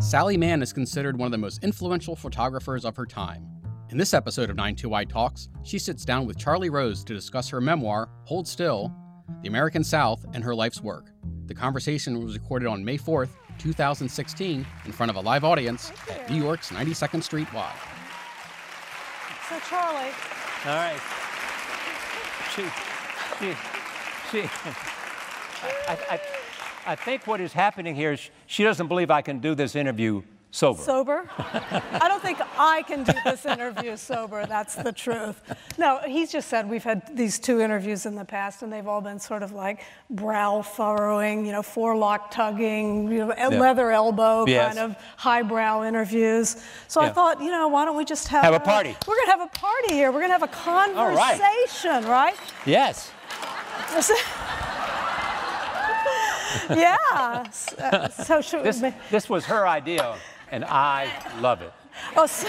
Sally Mann is considered one of the most influential photographers of her time. In this episode of 92i Talks, she sits down with Charlie Rose to discuss her memoir, Hold Still The American South and Her Life's Work. The conversation was recorded on May 4th, 2016, in front of a live audience at New York's 92nd Street Y. So, Charlie, All right. She, she, she. I, I, I think what is happening here is she doesn't believe I can do this interview sober. sober? I don't think I can do this interview sober, that's the truth. No, he's just said we've had these two interviews in the past, and they've all been sort of like brow furrowing, you know, forelock tugging, you know, leather elbow Yes. kind of highbrow interviews. So I Yeah. thought, you know, why don't we just have, Have a party. We're going to have a party here. We're going to have a right. conversation, right? yes. yeah. S- uh, So should This, we? ma- this was her idea, and I love it. Oh, so-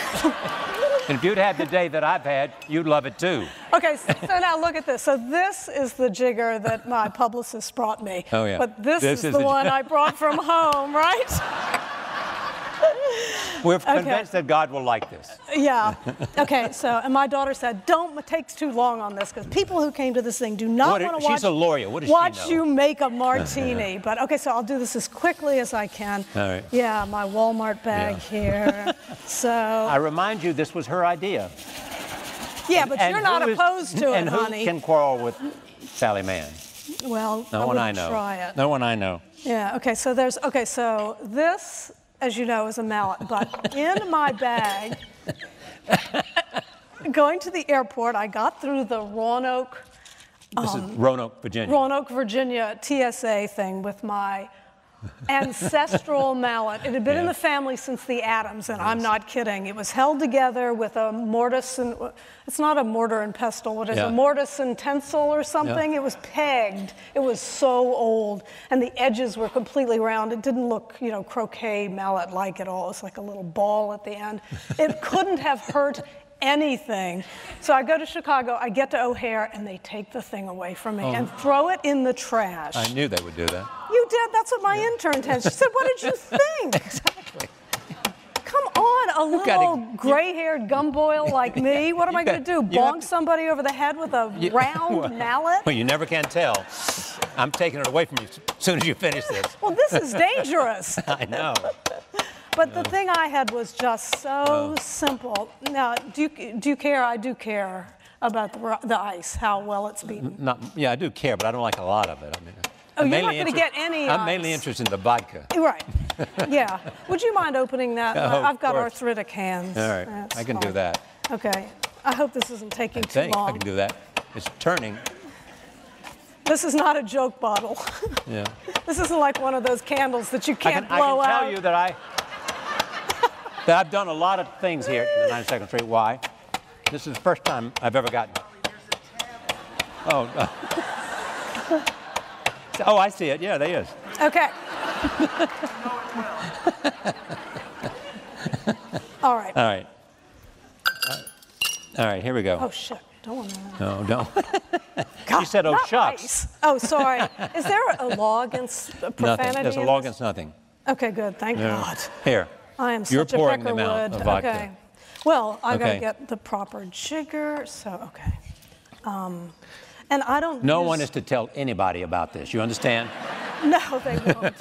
And if you'd had the day that I've had, you'd love it too. Okay, so now look at this. So this is the jigger that my publicist brought me. Oh, yeah. But this, This is, is the the- one I brought from home, right? We're convinced that God will like this. Yeah. Okay. So, and my daughter said, "Don't it takes too long on this because people who came to this thing do not What is- want to watch." she's a lawyer. What does she Watch know? you make a martini. but okay, so I'll do this as quickly as I can. All right. Yeah, my Walmart bag here. so I remind you, this was her idea. yeah, but And you're not who is- opposed to it, and who honey. can quarrel with Sally Mann? well, No I one I wouldn't know. Try it. No one I know. Yeah, okay, so there's, okay, so this, as you know, is a mallet, but in my bag, going to the airport, I got through the Roanoke, This is Um, Roanoke, Virginia. Roanoke, Virginia TSA thing with my ancestral mallet. It had been in Yeah. the family since the Adams, and I'm not kidding. It was held together with a mortise and, it's not a mortar and pestle, what is Yeah. a mortise and tensile or something? It was pegged. It was so old, and the edges were completely round. It didn't look, you know, croquet mallet like at all. It was like a little ball at the end. It couldn't have hurt anything. So I go to Chicago, I get to O'Hare, and they take the thing away from me and throw it in the trash. Oh. I knew they would do that. You did. That's what my intern did. She said, "What did you think?" Come on, a gotta- little you- gray-haired gumboil like me. What am you I going to do? got- you have Bonk to- somebody over the head with a You- round Well- mallet? Well, you never can tell. I'm taking it away from you as soon as you finish this. Well, this is dangerous. I know. But the thing I had was just so simple. Now, do you, do you care? I do care about the, ro- the ice, how well it's beaten. Not, yeah, I do care, but I don't like a lot of it. I mean, Oh, I'm you're not mainly gonna inter- get any uh, I'm ice. mainly interested in the vodka. Right. Yeah. Would you mind opening that? Oh, of I've got course. arthritic hands. All right, That's I can do fine. that. Okay. I hope this isn't taking I too think long. I can do that. It's turning. This is not a joke bottle. Yeah. this isn't like one of those candles that you I can't can, I blow can out. tell you that I that I've done a lot of things here at the 92nd Street Y. This is the first time I've ever gotten. Oh. no. oh, I see it. Yeah, there is. Okay. All right. All right. All right, here we go. oh shit! Don't want that. No, don't. God, said, "Oh, not shucks." ice. Oh, sorry. Is there a law against profanity? nothing. There's a in law this? against nothing. Okay, good. Thank Yeah. God. Here. I am You're such a pouring peckerwood. them out of vodka. Okay. Well, I gotta Okay. get the proper jigger. So okay. Um, and I don't. No use- one is to tell anybody about this. You understand? No, they won't.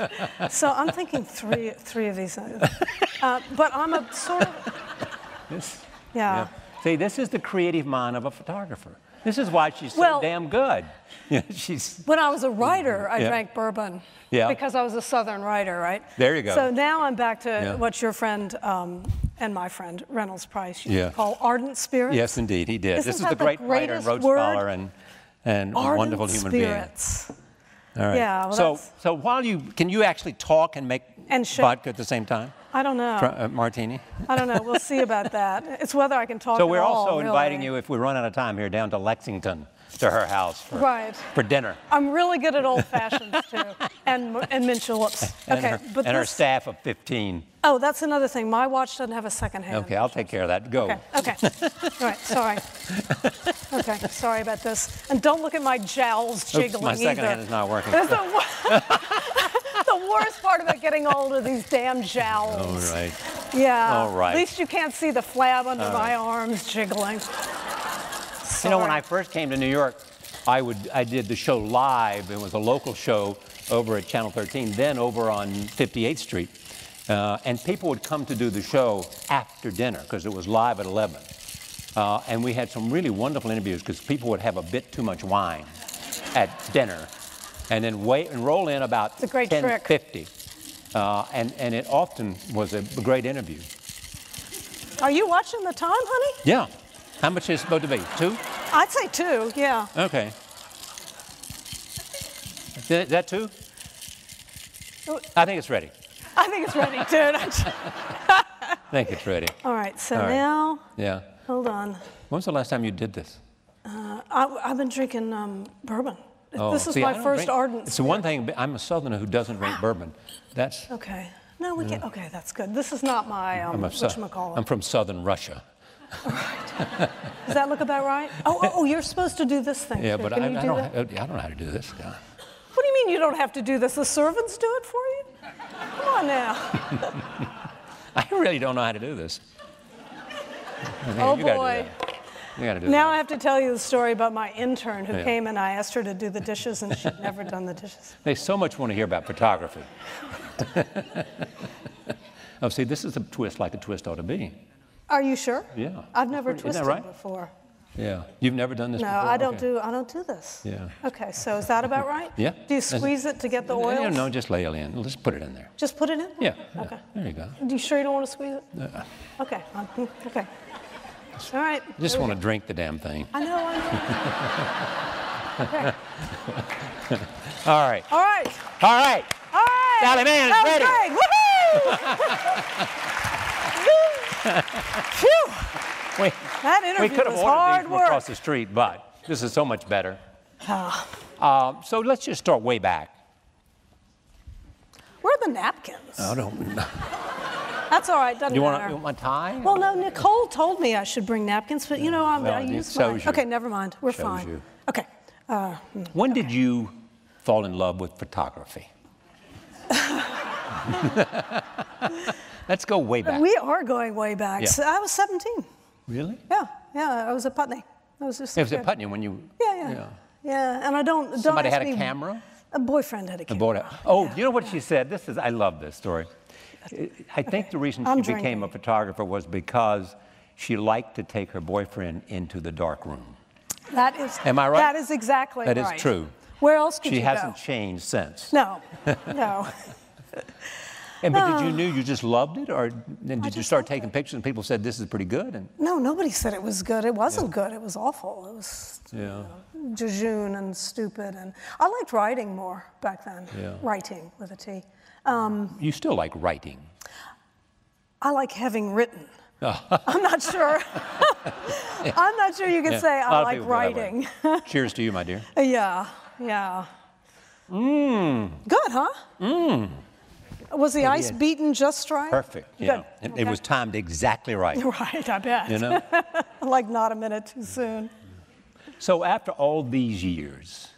so I'm thinking three, three of these. Uh, but I'm a sort of, yeah. See, this is the creative mind of a photographer. This is why she's so Well- damn good. Yeah, she's When I was a writer, I Mm-hmm. Yeah. drank bourbon. Yeah. Because I was a Southern writer, right? There you go. So now I'm back to Yeah. what your friend um, and my friend Reynolds Price used Yeah. to call ardent spirits. yes, indeed, he did. Isn't this is that the the great writer and greatest road word? scholar and and a Ardent wonderful human spirits. being. All right. Yeah, well, so that's- so while you can you actually talk and make And shake. vodka at the same time? I don't know. Try- uh, martini. I don't know. We'll see about that. It's whether I can talk. So at we're all, also inviting really. you, if we run out of time here, down to Lexington to her house for, Right. for dinner. I'm really good at old fashions too, and and mint juleps. And, Okay, her, but and her this- staff of 15. Oh, that's another thing. My watch doesn't have a second hand. Okay, I'll take care of that. Go. Okay. Okay. All right. Sorry. Okay. Sorry about this. And don't look at my jowls Oops, jiggling my second either. hand is not working. That's the, wo- the the worst part about getting old are these damn jowls. All right. Yeah. All right. At least you can't see the flab under my arms jiggling. You know, when Sorry. I first came to New York, I would I did the show live. It was a local show over at Channel 13, then over on 58th Street, uh, and people would come to do the show after dinner because it was live at 11. Uh, and we had some really wonderful interviews because people would have a bit too much wine at dinner, and then wait and roll in about It's a great 10, trick. 50. Uh, and, and it often was a great interview. Are you watching the time, honey? Yeah. How much is it supposed to be? Two? I'd say two, yeah. Okay. Is that- that too? Oh. I think it's ready. I think it's ready, dude. I think it's ready. All right, so All right. now, Yeah. hold on. When was the last time you did this? I, I've been drinking um, bourbon. this is Oh, see, my I don't first drink- ardent. Ah. It's the one thing, I'm a Southerner who doesn't drink bourbon. That's, Okay. No, we can't. Okay, that's good. This is not my, um, I'm, a, Sou- whatchamacallit. I'm from Southern Russia. Does that look about right? Oh, oh, oh, you're supposed to do this thing. Yeah, too. but Can I, you I, do don't, that? I don't know how to do this. Yeah. What do you mean you don't have to do this? The servants do it for you? Come on now. I really don't know how to do this. Oh, you gotta do boy. that. You gotta do Now I that. have to tell you the story about my intern who Yeah. came and I asked her to do the dishes and she'd never done the dishes. They so much want to hear about photography. oh, see, this is a twist like a twist ought to be. Are you sure? Yeah. I've never Isn't that twisted right? before. Yeah. You've never done this No, before? I don't Okay. do I don't do this. Yeah. Okay, so is that about right? Yeah. Do you That's it. squeeze it to get the No, oil? No, no, just lay it in. Let's put it in there. Just put it in? Yeah. yeah. Okay. There you go. Do you sure you don't want to squeeze it? Okay. um, mm, Okay. All right. Just there we want to go. drink the damn thing. I know, I know. All right. All right. All right. All right. Sally Mann is that was ready. Great. Woohoo! Phew. We, That we interview could have was ordered hard these from work. Ah, across the street, but this is so much better. Uh, so let's just start way back. Where are the napkins? I don't know. That's all right. Doesn't Oh. You want, matter. you want my tie? well, no, Nicole told me I should bring napkins, but you know, I'm, Well, I it use shows mine. you. Okay, never mind. We're Shows fine. you. Okay. Uh, When did you fall in love with photography? let's go way back. we are going way back. Yeah. So I was 17. really? Yeah, yeah. I was at Putney. I was just. It was yeah. at Putney when you. Yeah, yeah, yeah. and I don't. don't Somebody ask had a me- camera? A boyfriend had a camera. About it. Oh, you know what she said? This is, I love this story. I think the reason I'm she became a drinking. photographer was because she liked to take her boyfriend into the dark room. That is. Am I right? That is exactly That is right. true. Where else could She you hasn't go? changed since. No, no. And but did you knew you just loved it, or then did you just start loved it. taking pictures and people said this is pretty good? And No, nobody said it was good. It wasn't good. It was awful. It was yeah, jejune and stupid. And I liked writing more back then. Yeah. Writing with a T. you still like writing. I like having written. I'm not sure. I'm not sure you could Yeah, say a I lot of like people feel that way. writing. Cheers to you, my dear. Yeah, yeah. Mmm. Good, huh? Mmm. Was the ice is. beaten just right? Perfect. You Good. know, it, it Okay. was timed exactly right. Right, I bet. You know. like not a minute too soon. So, after all these years,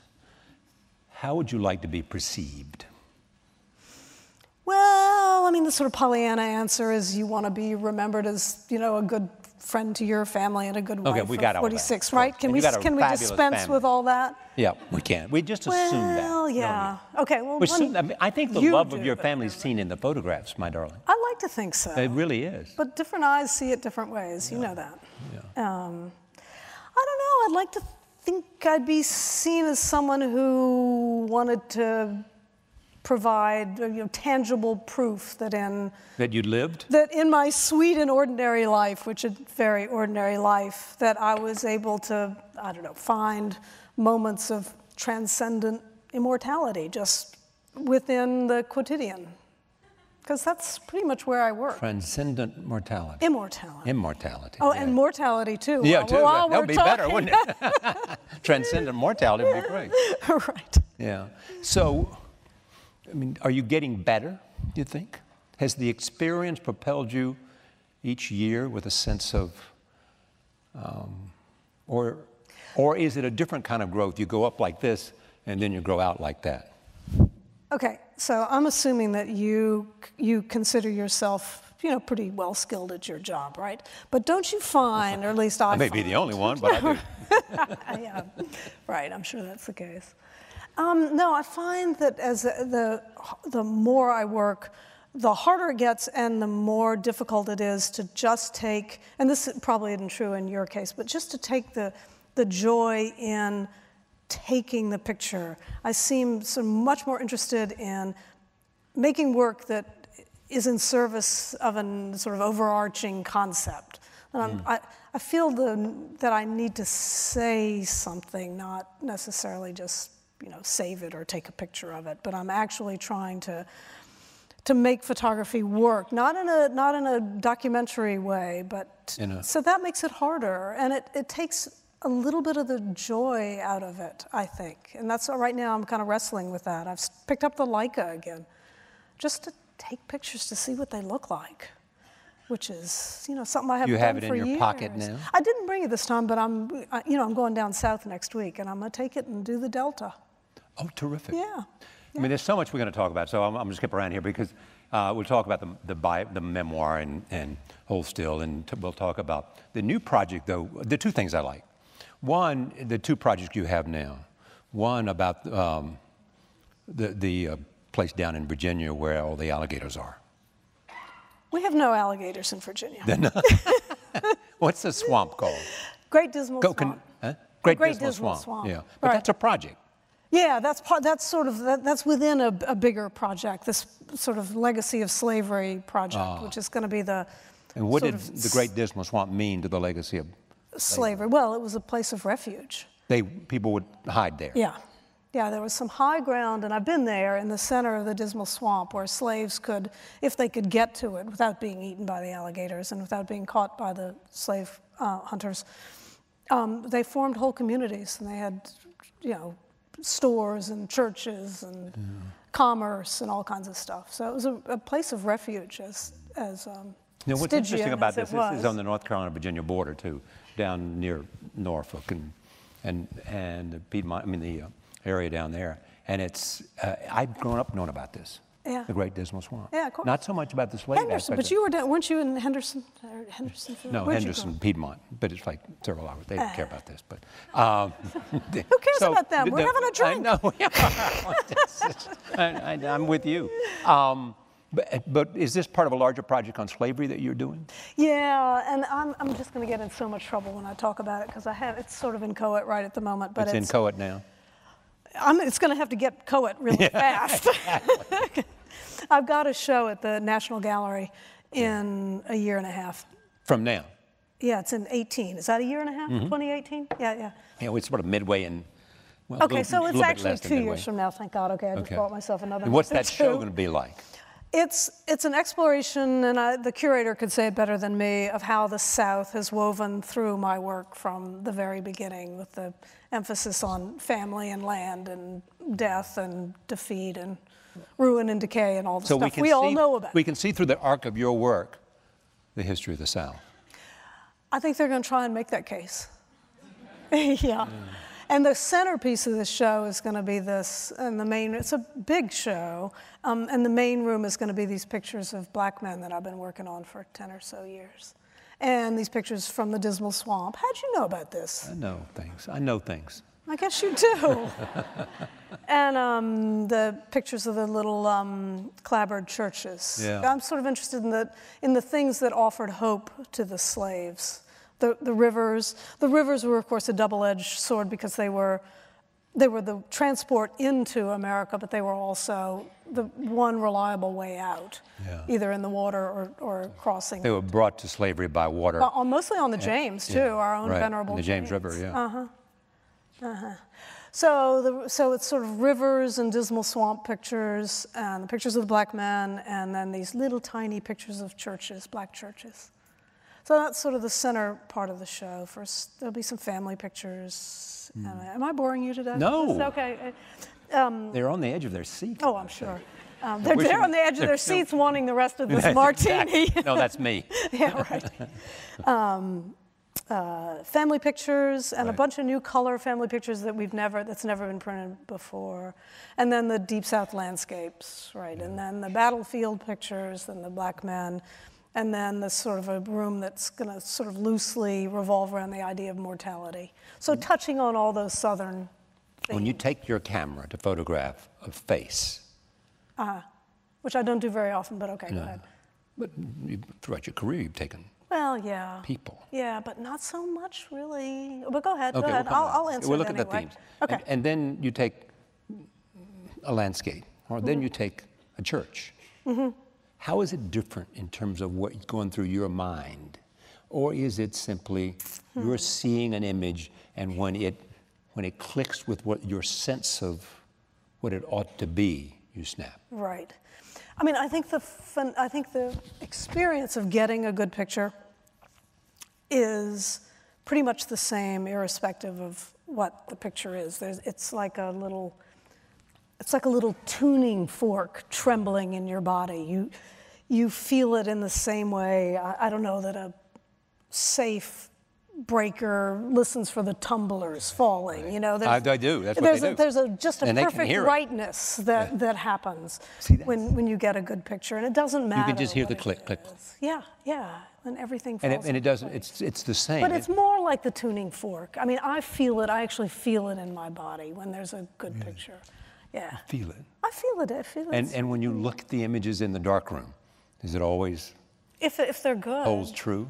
how would you like to be perceived? Well, I mean, the sort of Pollyanna answer is you want to be remembered as, you know, a good friend to your family and a good wife Okay, we of got all that, 46, of course. right? Can And we you got a can we fabulous dispense family. with all that? Yeah, we can. We just assume that. well, don't we? yeah. Okay, well, We one- assume- I, mean, I think the you love do, of your but- family is seen in the photographs, my darling. I like to think so. It really is. But different eyes see it different ways. You know that. Um, I don't know. I'd like to think I'd be seen as someone who wanted to provide you know, tangible proof that in That you lived? that in my sweet and ordinary life, which is very ordinary life, that I was able to I don't know find moments of transcendent immortality just within the quotidian, because that's pretty much where I work. Transcendent mortality. Immortality. Immortality. Oh, yeah. and mortality too. Yeah, While- too. while That we're would be talking. better, wouldn't it? Transcendent mortality would be great. right. Yeah. So, I mean, are you getting better, do you think? Has the experience propelled you each year with a sense of, um, or, or is it a different kind of growth? You go up like this and then you grow out like that. Okay, so I'm assuming that you you consider yourself, you know, pretty well skilled at your job, right? But don't you find, or at least I, I may be find- the only one, but I do. yeah, um, right. I'm sure that's the case. Um, no, I find that as the the more I work, the harder it gets, and the more difficult it is to just take. And this probably isn't true in your case, but just to take the the joy in taking the picture. I seem so much more interested in making work that is in service of an sort of overarching concept. And I'm, Hmm. I, I feel the, that I need to say something, not necessarily just you know save it or take a picture of it, but I'm actually trying to to make photography work, not in a not in a documentary way, but In a- so that makes it harder, and it, it takes a little bit of the joy out of it, I think, and that's right now I'm kind of wrestling with that. I've s- picked up the Leica again, just to take pictures to see what they look like, which is you know something I haven't have done it in for your pocket years. now? I didn't bring it this time, but I'm I, you know I'm going down south next week, and I'm gonna take it and do the Delta. Oh, terrific. Yeah. I mean, there's so much we're going to talk about, so I'm, I'm going to skip around here because uh, we'll talk about the the, bi- the memoir and, and Hold Still, and t- we'll talk about the new project, though. The two things I like. One, the two projects you have now. One about um, the, the uh, place down in Virginia where all the alligators are. We have no alligators in Virginia. What's the swamp called? Great Dismal Go- Swamp. can- huh? Great, Great Dismal, Dismal swamp. Swamp. Yeah, but Right. that's a project. Yeah, that's part, that's sort of that, that's within a, a bigger project, this sort of legacy of slavery project, which is going to be the Ah. And what sort did of the Great Dismal Swamp mean to the legacy of? slavery. Well, it was a place of refuge. They people would hide there. Yeah. Yeah, there was some high ground, and I've been there in the center of the Dismal Swamp where slaves could, if they could get to it without being eaten by the alligators and without being caught by the slave uh, hunters, um, they formed whole communities and they had, you know, stores and churches and commerce and all kinds of stuff. So it was a, a place of refuge as, as um, Now, what's Stygian interesting about as it this is, is on was. the North Carolina Virginia border too, down near Norfolk and and and the Piedmont. I mean the uh, area down there. And it's uh, I've grown up knowing about this. Yeah. The Great Dismal Swamp. Yeah, of course. Not so much about the slave Henderson, aspect. but you were down, weren't you in Henderson? Or Henderson no, Where'd you grow Henderson, Piedmont, but it's like several hours. They don't care Ah. about this, but um, who cares about them? We're having a drink. I know. we are. I, I, I'm with you. Um, but, but is this part of a larger project on slavery that you're doing? Yeah, and I'm, I'm just going to get in so much trouble when I talk about it because I have it's sort of inchoate right at the moment, but it's, it's in Coet now. I'm, it's going to have to get coet really fast. I've got a show at the National Gallery in a year and a half. From now. Yeah, it's in 18. Is that a year and a half? Mm-hmm. 2018? Yeah, yeah. Yeah, it's sort of midway in. Well, a Okay, little- so it's little bit actually less than two midway. years from now. Thank God. Okay, I just Okay. bought myself another. And what's month or that show two. going to be like? It's, it's an exploration, and I, the curator could say it better than me, of how the South has woven through my work from the very beginning with the emphasis on family and land and death and defeat and ruin and decay and all the So stuff we can see, all know about. We can see through the arc of your work, the history of the South. I think they're going to try and make that case. yeah. And the centerpiece of this show is going to be this, and the main, it's a big show, um, and the main room is going to be these pictures of black men that I've been working on for 10 or so years. And these pictures from the Dismal Swamp. How'd you know about this? I know things. I know things. I guess you do. and um, the pictures of the little um, clapboard churches. Yeah. I'm sort of interested in the in the things that offered hope to the slaves. The the rivers. The rivers were, of course, a double-edged sword because they were they were the transport into America, but they were also the one reliable way out, Yeah. either in the water or, or crossing. They were brought to slavery by water. Uh, mostly on the James too, our own right, venerable Uh-huh. The James River, yeah. So, the, so it's sort of rivers and dismal swamp pictures, and the pictures of the black man, and then these little tiny pictures of churches, black churches. So that's sort of the center part of the show. First, there'll be some family pictures. And I- am I boring you today? No. It's okay. Uh, They're on the edge of their seat. Oh, I'm sure. Um, they're We they're should- on the edge of there- their seats, wanting the rest of this That's martini. exact- No, that's me. yeah, right. Um, uh, family pictures and a Right. bunch of new color family pictures that we've never that's never been printed before, and then the deep south landscapes, right? And then the battlefield pictures, and the black man, and then the sort of a room that's going to sort of loosely revolve around the idea of mortality. So Mm. touching on all those southern When you take your camera to photograph a face, which I don't do very often, but okay, go Yeah. ahead. but you- throughout your career you've taken Well, yeah. people. Yeah, but not so much really. But go ahead, go we'll ahead. come I'll, back. I'll answer We'll it look at the anyway. themes. Okay. And, and then you take a landscape, or Mm-hmm. then you take a church. How is it different in terms of what's going through your mind? Or is it simply Hmm. you're seeing an image and when it, when it clicks with what your sense of what it ought to be, you snap? Right. I mean, I think the fun, I think the experience of getting a good picture is pretty much the same, irrespective of what the picture is. There's, it's like a little, it's like a little tuning fork trembling in your body. You, you feel it in the same way. I, I don't know that a safe breaker listens for the tumblers falling. You know, there's- I- I do. That's what there's they a, do. There's a just a And they can perfect hear it. rightness that that happens when when you get a good picture, and it doesn't matter. You can just hear what the it click, click. is. Yeah, yeah, and everything falls. And it, and it doesn't, it's, it's the same. but It- it's more like the tuning fork. I mean, I feel it. I actually feel it in my body when there's a good picture. Yeah, feel it. I feel it. I feel it. And, and when you look at the images in the darkroom, is it always if if they're good, holds true?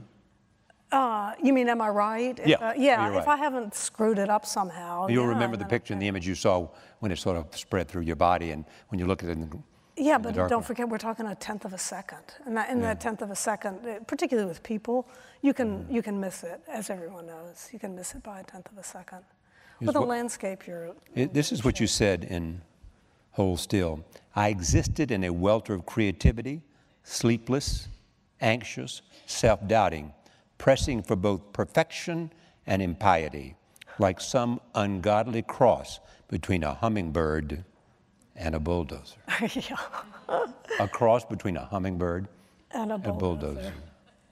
Uh, you mean, am I right? If, Yeah, uh, yeah. you're If right. I haven't screwed it up somehow, You'll yeah, and remember the then- picture and the image you saw when it sort of spread through your body, and when you look at it. In the, Yeah, in the but dark don't room. forget, we're talking a tenth of a second, and that, in that tenth of a second, uh, particularly with people, you can Mm. you can miss it, as everyone knows. You can miss it by a tenth of a second. with a what- landscape, you're It- this is what you said in Hold Still. I existed in a welter of creativity, sleepless, anxious, self doubting, pressing for both perfection and impiety, like some ungodly cross between a hummingbird and a bulldozer. yeah, a cross between a hummingbird and a and a bull. bulldozer.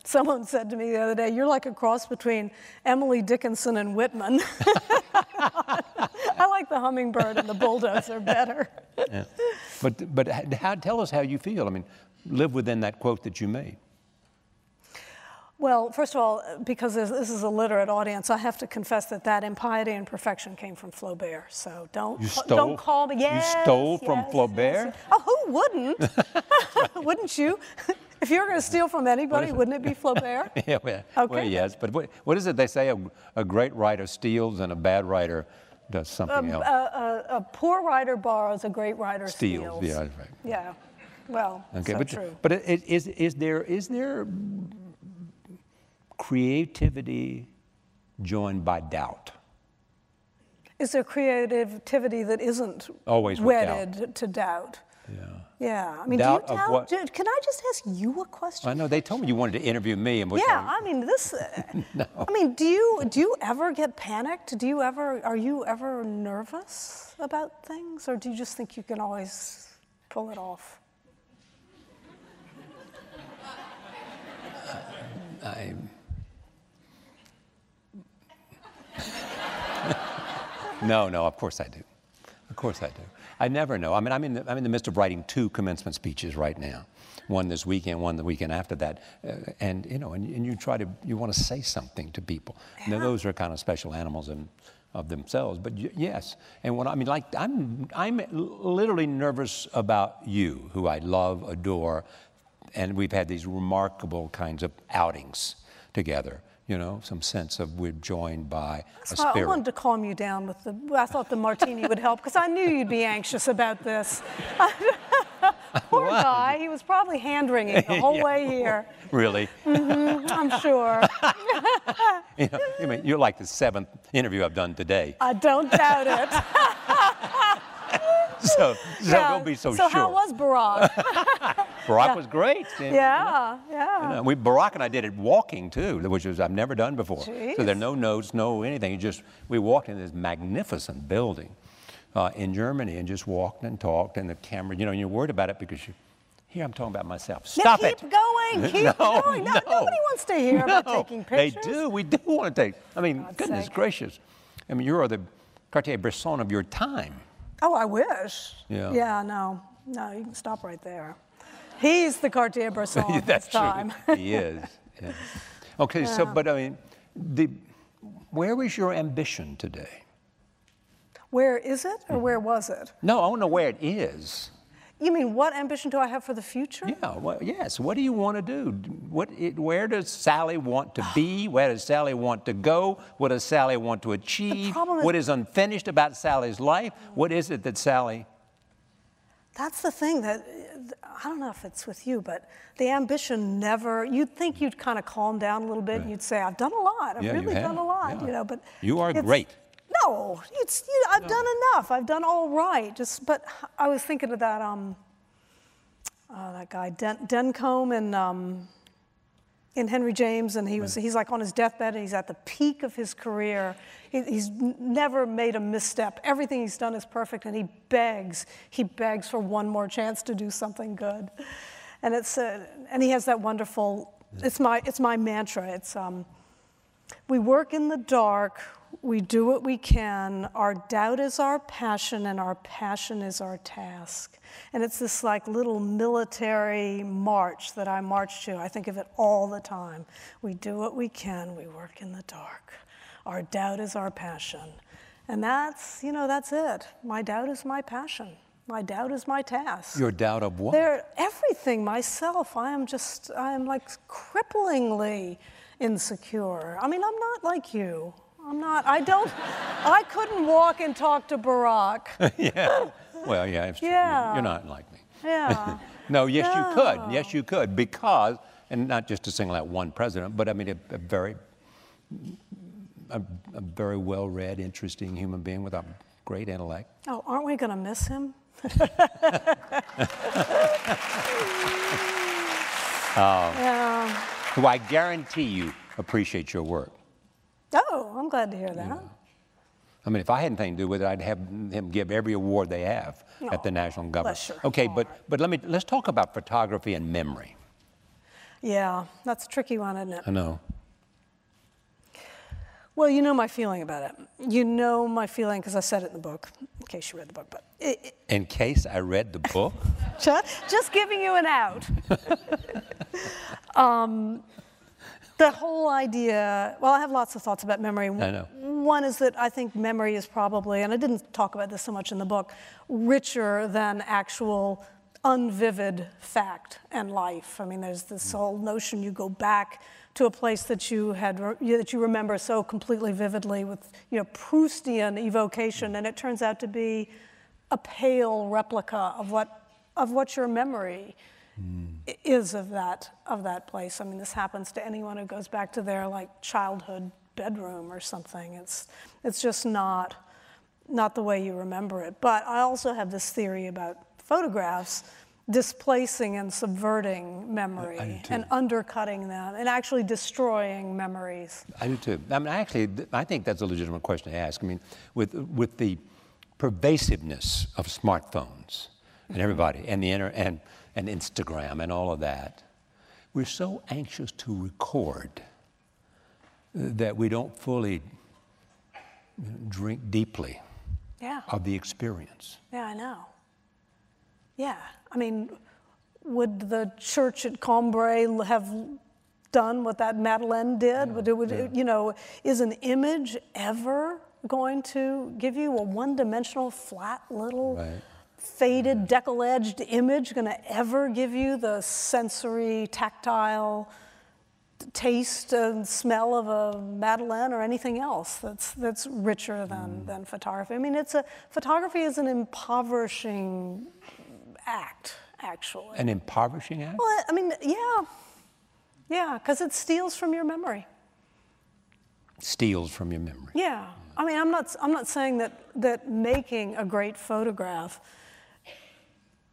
Someone said to me the other day, "You're like a cross between Emily Dickinson and Whitman." I like the hummingbird and the bulldozer better. But, but h- how, tell us how you feel. I mean, live within that quote that you made. Well, first of all, because this this is a literate audience, I have to confess that that impiety and perfection came from Flaubert. So don't You ca- stole- don't call me. you Yes, stole from yes, Flaubert? yes. Oh, who wouldn't? wouldn't you? if you were going to steal from anybody, wouldn't it be Flaubert? Yeah, well, well Okay. yes, but what, what is it they say? A, a great writer steals and a bad writer does something else. Um, uh, a poor writer borrows, a great writer steals. steals. Yeah, that's right. Yeah. Well, Okay, so but, true. but i- is, is, there, is there creativity joined by doubt? Is there creativity that isn't Always with doubt. wedded to doubt? Yeah. Yeah. I mean, Doubt do of you doubt? what- do- Can I just ask you a question? I know they told me you wanted to interview me, and which Yeah, I, I mean this. uh, I mean, do you do you ever get panicked? Do you ever are you ever nervous about things, or do you just think you can always pull it off? No, no, of course I do. Of course I do. I never know. I mean, I'm in, the, I'm in the midst of writing two commencement speeches right now, one this weekend, one the weekend after that. Uh, and, you know, and, and you try to, you want to say something to people. Now, those are kind of special animals in, of themselves, but y- yes. And when I I mean, like, I'm, I'm literally nervous about you, who I love, adore, and we've had these remarkable kinds of outings together. You know, some sense of we're joined by a That's why I spirit. wanted to calm you down with the. I thought the martini would help because I knew you'd be anxious about this. Poor guy, he was probably hand wringing the whole Yeah. way here. Really? I'm sure. You know, I mean, you're like the seventh interview I've done today. I don't doubt it. So, so Yeah. don't be so, So sure. how was Barack? Barack was great. and, you yeah, yeah. know, we Barack and I did it walking too, which was I've never done before. So there are Jeez. no notes, no anything. You just we walked in this magnificent building uh, in Germany and just walked and talked, and the camera. You know, and you're worried about it because you Here I'm talking about myself. Stop yeah, it. keep going, keep No, going. No, no. Nobody wants to hear about No, taking pictures. They do. We do want to take. I mean, God's goodness sake. gracious. I mean, you are the Cartier-Bresson of your time. Oh, I wish. Yeah. Yeah, no, no, you can stop right there. He's the Cartier-Bresson of That's his time. true. he is. yeah. Okay. So, but I mean, the where is your ambition today? Where is it Mm-hmm. or where was it? No, I want to know where it is. You mean what ambition do I have for the future? Yeah. Well, yes. What do you want to do? What? It, where does Sally want to be? Where does Sally want to go? What does Sally want to achieve? problem is- what is unfinished about Sally's life? What is it that Sally? That's the thing that I don't know if it's with you, but the ambition never. You'd think you'd kind of calm down a little bit. and You'd say, "I've done a lot. I've Yeah, you really done have. a lot," Yeah. you know. But You are it's- great. No, it's you I've done enough. I've done all right. Just but I was thinking of that um, oh, that guy Den- Dencombe and. Um, in Henry James, and he was, he's like on his deathbed, and he's at the peak of his career. He, he's n- never made a misstep. Everything he's done is perfect, and he begs, he begs for one more chance to do something good. And it's, uh, and he has that wonderful, it's my, it's my mantra. It's, um, we work in the dark, we do what we can, our doubt is our passion, and our passion is our task. And it's this like little military march that I march to. I think of it all the time. We do what we can, we work in the dark. Our doubt is our passion. And that's, you know, that's it. My doubt is my passion. My doubt is my task. Your doubt of what? They're everything myself. I am just, I am like cripplingly insecure. I mean, I'm not like you. I'm not, I don't, I couldn't walk and talk to Barack. yeah. Well, yeah, it's true. You're- You're Yeah. not like me. Yeah. No, yes, you could. No. Yes, you could. Because, and not just to single out one president, but I mean, a, a very, a, a very well read, interesting human being with a great intellect. Oh, aren't we going to miss him? Yeah. Who I guarantee you appreciate your work. Oh, I'm glad to hear that. I mean, if I had anything to do with it, I'd have him give every award they have at the Aw, national government. bless your okay, but heart. but let me let's talk about photography and memory. Yeah, that's a tricky one, isn't it? I know. Well, you know my feeling about it. You know my feeling because I said it in the book, in case you read the book. But it, it- In case I read the book, Ju- just giving you an out. um, the whole idea, well, I have lots of thoughts about memory. I know. One is that I think memory is probably, and I didn't talk about this so much in the book, richer than actual unvivid fact and life. I mean, there's this Mm. whole notion you go back to a place that you had re- you- that you remember so completely vividly with you know Proustian evocation, and it turns out to be a pale replica of what of what your memory i- is of that of that place. I mean, this happens to anyone who goes back to their like childhood bedroom or something. It's it's just not not the way you remember it. But I also have this theory about photographs displacing and subverting memory do and undercutting them and actually destroying memories. I do too. I mean, I actually, th- I think that's a legitimate question to ask. I mean, with with the pervasiveness of smartphones and everybody and the inter- and and Instagram and all of that, we're so anxious to record uh, that we don't fully you know, drink deeply Yeah. of the experience. Yeah, I know. Yeah, I mean, would the church at Cambrai l- have done what that Madeleine did? would it, would it- you know, is an image ever going to give you a one-dimensional, flat, little, Right. faded, deckle-edged image going to ever give you the sensory, tactile? t- Taste and smell of a Madeleine or anything else that's that's richer than, than photography. I mean, it's a photography is an impoverishing act, actually. An impoverishing act. Well, I mean, yeah. Yeah, because it steals from your memory. steals from your memory. Yeah. I mean, I'm not, I'm not saying that, that making a great photograph,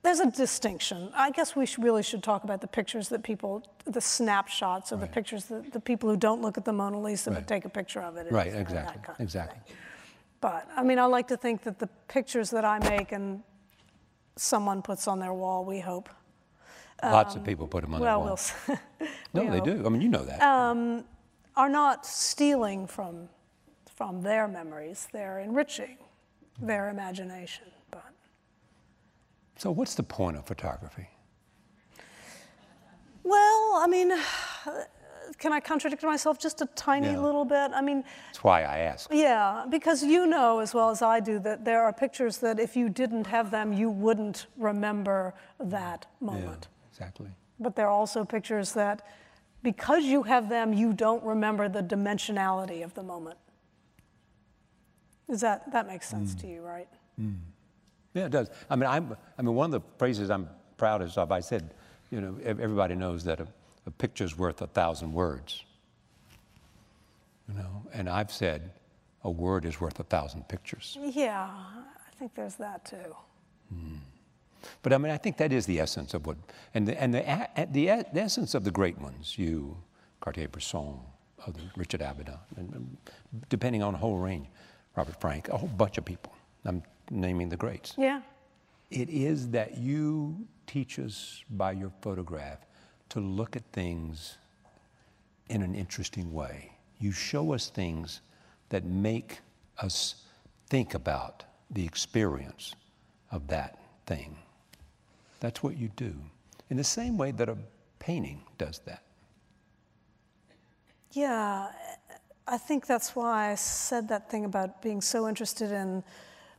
there's a distinction. I guess we should, really should talk about the pictures that people, the snapshots or the pictures that the people who don't look at the Mona Lisa Right. but take a picture of it. and Right, that exactly, kind of thing. exactly. But I mean, I like to think that the pictures that I make and someone puts on their wall, we hope, Lots of people put them on Um, well, their we'll Uh, wall. s- no, you they know, do. I mean, you know that. Are not stealing from, from their memories. They're enriching their imagination. But so what's the point of photography? well, I mean, can I contradict myself just a tiny Yeah. little bit? I mean, That's why I ask. Yeah, because you know as well as I do that there are pictures that if you didn't have them, you wouldn't remember that moment. Exactly. But there are also pictures that because you have them, you don't remember the dimensionality of the moment. Is that that makes sense to you, right? Yeah, it does. I mean, I'm, I mean, one of the phrases I'm proudest of, I said, you know, ev- everybody knows that a, a picture's worth a thousand words. You know, and I've said a word is worth a thousand pictures. Yeah, I think there's that too. But I mean, I think that is the essence of what, and the, and the, a- a- the, e- the essence of the great ones, you, Cartier-Bresson, other, Richard Avedon, and, and depending on a whole range, Robert Frank, a whole bunch of people. I'm naming the greats. Yeah. It is that you teach us by your photograph to look at things in an interesting way. You show us things that make us think about the experience of that thing. That's what you do. In the same way that a painting does that. Yeah, I think that's why I said that thing about being so interested in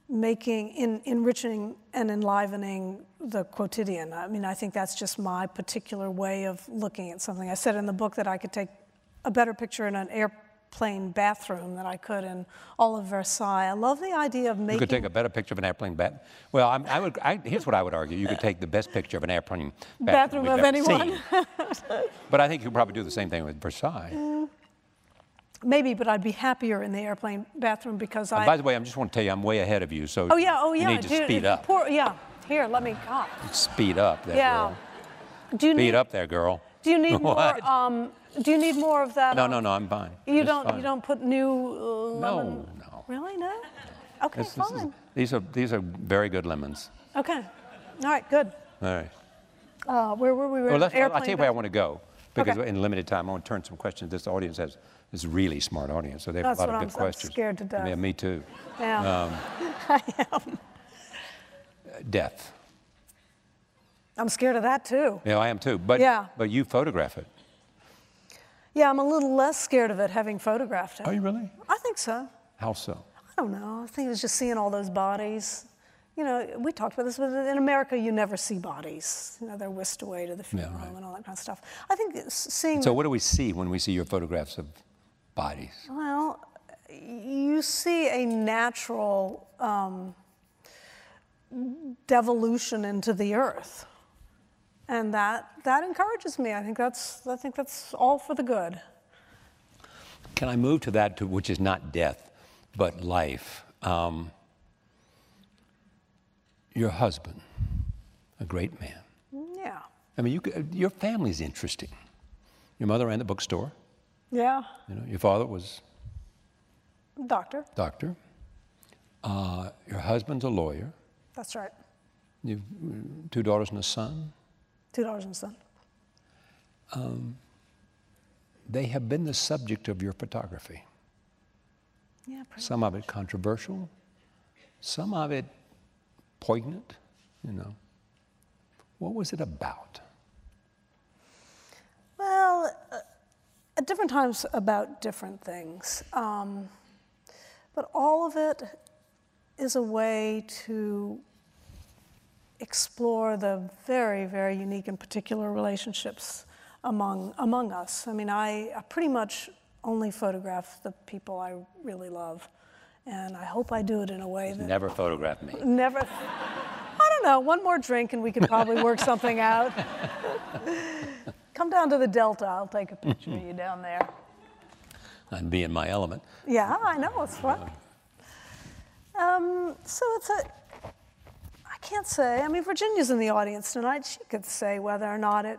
making, in enriching and enlivening the quotidian. I mean, I think that's just my particular way of looking at something. I said in the book that I could take a better picture in an airplane bathroom than I could in all of Versailles. I love the idea of You making. could take a better picture of an airplane bath. Well, I'm, I would. I, here's what I would argue: you could take the best picture of an airplane Bathroom bathroom, we've of ever anyone. seen. but I think you could probably do the same thing with Versailles. Mm. maybe, but I'd be happier in the airplane bathroom because I. By the way, I just want to tell you, I'm way ahead of you, so oh yeah, oh yeah. you need to dude, speed up. Poor, yeah. Here, let me. God. Speed up, that Yeah. girl. Do you Speed need up, there, girl. Do you need What? more? Um, do you need more of that? No, on- no, no, I'm fine. You It's don't. fine. You don't put new. Uh, No, lemon- no. Really? No. Okay, This- this is- fine. these are these are very good lemons. Okay. All right. Good. All right. Uh, where were we? We were Well, in let's, I'll- I'll airplane tell you where I back- want to go because Okay. in limited time, I want to turn some questions. This audience has this is a really smart audience, so they have That's a lot of what good I'm- I'm questions. scared to Yeah, death. me too. Yeah. Um, Uh, Death. I'm scared of that too. Yeah, I am too. But Yeah. but you photograph it. Yeah, I'm a little less scared of it having photographed it. Are Oh, you really? I think so. How so? I don't know. I think it was just seeing all those bodies. You know, we talked about this, but in America, you never see bodies. You know, they're whisked away to the funeral right. and all that kind of stuff. I think s- seeing So what do we see when we see your photographs of bodies? Well, you see a natural um, devolution into the earth, and that that encourages me. I think that's I think that's all for the good. Can I move to that, to, which is not death, but life? Um, your husband, a great man. Yeah, I mean, you, could- your family's interesting. Your mother ran the bookstore. yeah. You know, your father was Doctor, doctor. Uh, your husband's a lawyer. that's right. You've mm, two daughters and a son. Two dollars and a cent. They have been the subject of your photography. Yeah, pretty. Some of it controversial, some of it poignant. You know, what was it about? Well, uh, at different times about different things. Um, but all of it is a way to explore the very, very unique and particular relationships among, among us. I mean, I, I pretty much only photograph the people I really love. And I hope I do it in a way that Never photograph me. never. I don't know. One more drink and we could probably work something out. Come down to the Delta. I'll take a picture of you down there. I'd be in my element. Yeah, I know. It's fun. Um, so it's a. I can't say. I mean, Virginia's in the audience tonight. She could say whether or not it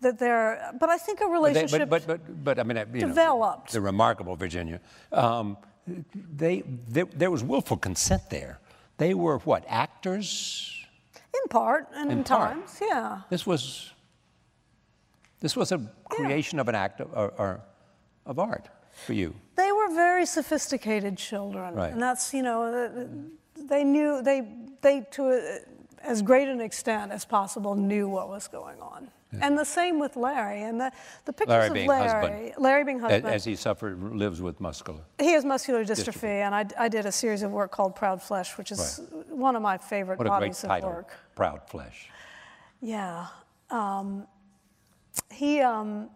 that they're. But I think a But, they- relationship. but, but, but, but I mean, I- you know, Developed. the remarkable Virginia. Um, they, there there was willful consent there. They were what actors. in part and in, In part. times, yeah. This was This was a creation of an act of, or, or- of art for you. They were very sophisticated children, Right. and that's you know th- th- they knew they they to a, as great an extent as possible knew what was going on. And the same with Larry. And the, the pictures Larry of being Larry, husband. Larry being A- husband, As he suffered, lives with muscular. he has muscular dystrophy, Dystrophy. and I, d- I did a series of work called Proud Flesh, which is one of my favorite What a great bodies title, of work. Proud Flesh. Yeah. Um, he, um,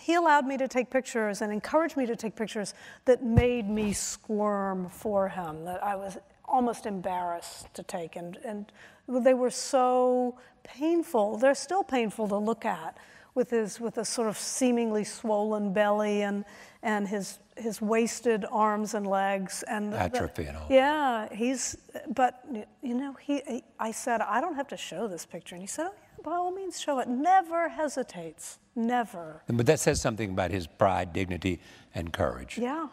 he allowed me to take pictures and encouraged me to take pictures that made me squirm for him, that I was almost embarrassed to take. And, and they were so painful. They're still painful to look at with his with a sort of seemingly swollen belly and, and his, his wasted arms and legs. and the- Atrophy and all. yeah, he's, but you know, he, I said, I don't have to show this picture. And he said, oh, yeah, by all means, show it. Never hesitates. Never. But that says something about his pride, dignity, and courage. Yeah.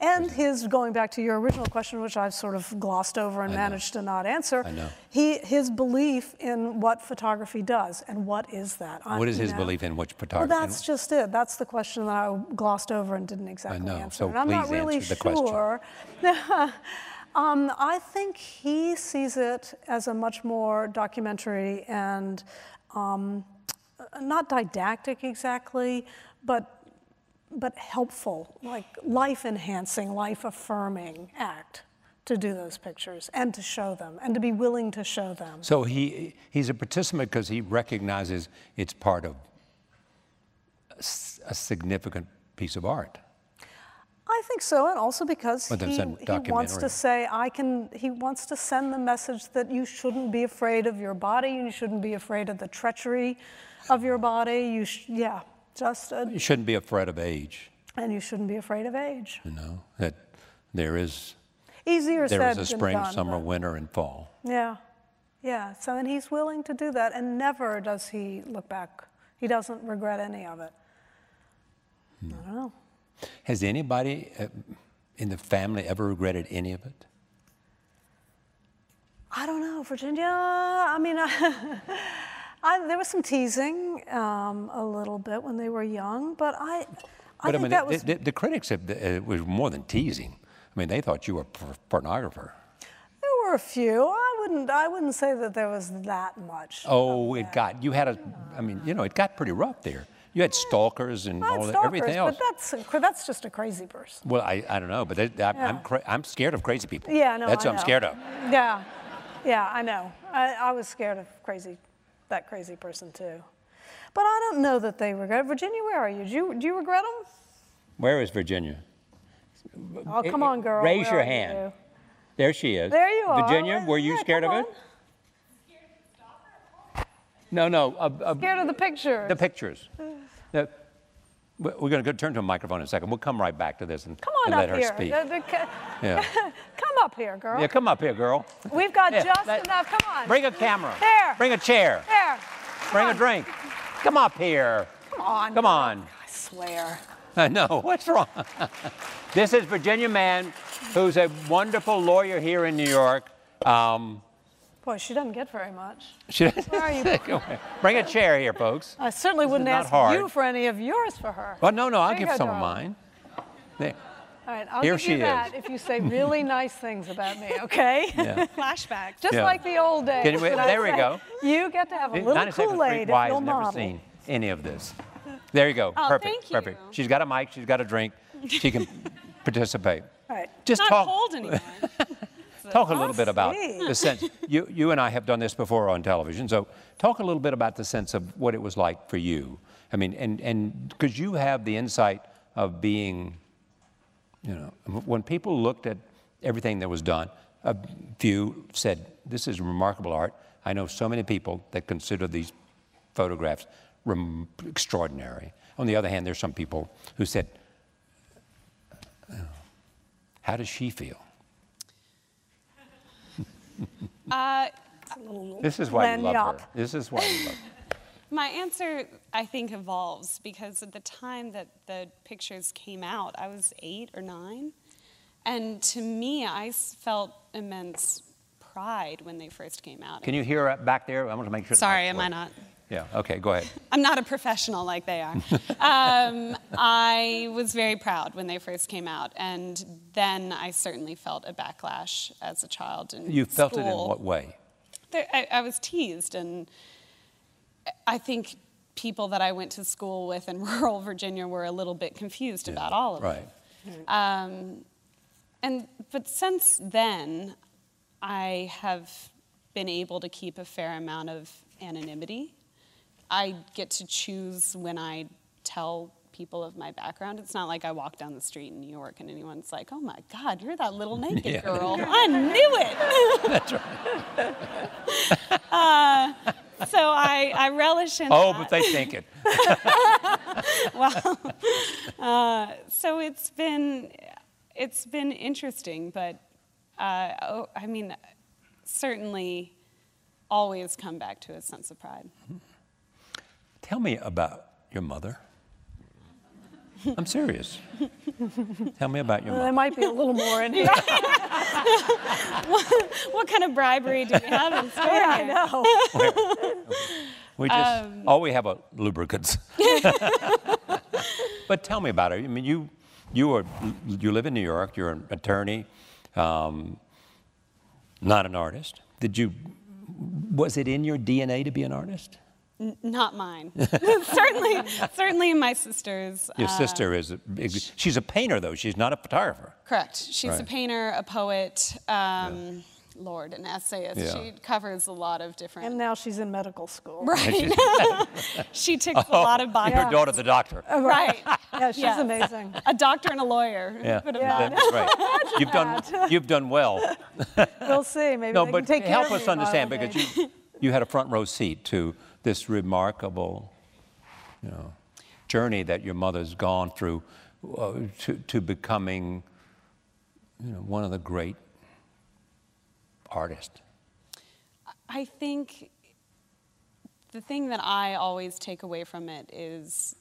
And his, going back to your original question, which I've sort of glossed over and managed to not answer, I know. He, his belief in what photography does and what is that? I- What is you his know. belief in which Well, photography? that's just it. That's the question that I glossed over and didn't exactly know, answer. so and I'm not please really answer the question. sure. um, I think he sees it as a much more documentary and um, not didactic exactly, but but helpful, like life enhancing, life affirming act to do those pictures and to show them and to be willing to show them. So he he's a participant because he recognizes it's part of a s- a significant piece of art. I think so, and also because But there's he, a he wants documentary. to say, I can, he wants to send the message that you shouldn't be afraid of your body, you shouldn't be afraid of the treachery of your body, you sh- yeah, just, a, You shouldn't be afraid of age. and you shouldn't be afraid of age. You know that there is Easier there said is a than spring, done, summer, but- winter, and fall. Yeah, yeah, so, and he's willing to do that, and never does he look back, he doesn't regret any of it. I don't know. Has anybody uh, in the family ever regretted any of it? I don't know, Virginia. I mean, I, I, there was some teasing um, a little bit when they were young, but I, I but I think mean, that the, was the, the critics have, uh, it was more than teasing. I mean, they thought you were a por- pornographer. there were a few. I wouldn't, I wouldn't say that there was that much. Oh, it got you had a. I mean, you know, it got pretty rough there. You had stalkers and I had all that, stalkers, everything else. but that's a cra- that's just a crazy person. Well, I, I don't know, but that, I, I'm Yeah. cra- I'm scared of crazy people. Yeah, no, That's I what I'm know. scared of. Yeah, yeah, I know. I, I was scared of crazy, that crazy person too. But I don't know that they regret. Virginia, where are you? Do you, do you regret them? Where is Virginia? Oh, come on, girl. raise where your are hand. you? There she is. There you are. Virginia, were you Yeah, scared of come it? on. No, no. Uh, uh, Scared of the picture. the pictures. Uh, we- we're going to go turn to a microphone in a second. We'll come right back to this and, come on and up let her here. speak. The- the ca- Yeah. come up here, girl. yeah, come up here, girl. We've got Yeah, just let- enough. Come on. Bring a camera. There. Bring a chair. there. Bring a on. drink. Come up here. Come on. Come girl. on. I swear. I know. What's wrong? this is Virginia Mann, who's a wonderful lawyer here in New York. Um, Boy, she doesn't get very much. she- Where are you? Bring a chair here, folks. I certainly wouldn't not ask hard. you for any of yours for her. Well, no, no, I'll There you give go, some of darling. mine. There. All right, I'll Here give you she that is. if you say really nice things about me, okay? Flashback. Just Yeah. like the old days. Can we- when I there we said, go. You get to have a little 90 Second Street Kool-Aid if Y you'll has never model. seen any of this. There you go. Oh, perfect. thank Perfect. you. She's got a mic. She's got a drink. She can participate. All right. Just Not talk. cold anymore. Talk a little bit about see. the sense. You, you and I have done this before on television, so talk a little bit about the sense of what it was like for you. I mean, and and because you have the insight of being, you know, when people looked at everything that was done, a few said, "This is remarkable art." I know so many people that consider these photographs rem- extraordinary. On the other hand, there's some people who said, "Oh, "How does she feel?" Uh, This is why you Lanyap. love her. This is why you love her. my answer, I think, evolves because at the time that the pictures came out, I was eight or nine. And to me, I s- felt immense pride when they first came out. Can you hear up back there? I want to make sure. the Sorry, mic am I works. not? Yeah, okay, go ahead. I'm not a professional like they are. um, I was very proud when they first came out, and then I certainly felt a backlash as a child. In You felt it in school. what way? There, I, I was teased, and I think people that I went to school with in rural Virginia were a little bit confused about all of it. Right. Um, and but since then, I have been able to keep a fair amount of anonymity. I get to choose when I tell people of my background. It's not like I walk down the street in New York and anyone's like, "Oh my God, you're that little naked Yeah. girl." I knew it. That's right. Uh, So I, I relish in Oh, that. but they think it. so it's been it's been interesting, but uh, oh, I mean, certainly always come back to a sense of pride. Tell me about your mother. I'm serious. Tell me about your There mother. might be a little more in here. What kind of bribery do we have in store? I here? know. We just Um, all we have are lubricants. but tell me about her. I mean, you you are you live in New York. You're an attorney, um, not an artist. Did you? Was it in your DNA to be an artist? Not mine. certainly, certainly my sister's. Your uh, sister is. A, big- she's a painter though. She's not a photographer. correct. She's a Right. painter, a poet. Um, Lord, an essayist. Yeah. She covers a lot of different. And now she's in medical school. right. she ticks a lot of boxes. Your daughter's a doctor. Right. Yeah, she's Yeah. amazing. A doctor and a lawyer. Yeah, Could have not- Yeah. that's right. You've done you've done well. We'll see. Maybe No, they but can take care help of us me while understand I'm because aging. you, you had a front row seat to this remarkable, you know, journey that your mother's gone through uh, to, to becoming, you know, one of the great artists. I think the thing that I always take away from it is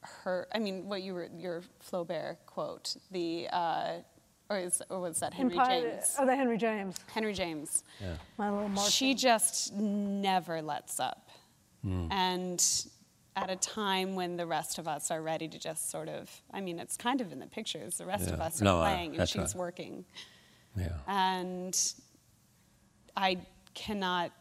her. I mean, what you were your Flaubert quote, the uh, or is or was that Henry Empire- James? Oh, the Henry James. Henry James. My little Martian. She just never lets up, Hmm. and at a time when the rest of us are ready to just sort of, I mean, it's kind of in the pictures. The rest of Yeah. us are No, I- playing, and that's she's right. working Yeah. and I cannot.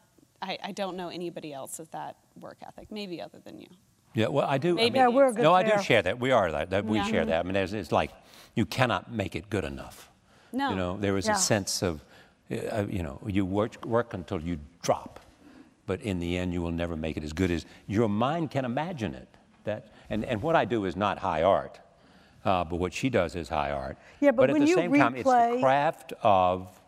I, I don't know anybody else with that work ethic, maybe other than you. Yeah, well, I do. I Maybe mean- Yeah, we're a good No, I do pair. share that. We are that. that we Yeah. share that. I mean, there's, it's like you cannot make it good enough. No. You know, there is Yeah. a sense of, uh, you know, you work, work until you drop, but in the end, you will never make it as good as your mind can imagine it. That and, and what I do is not high art, uh, but what she does is high art. Yeah, but at when the you same time, it's the replay- craft of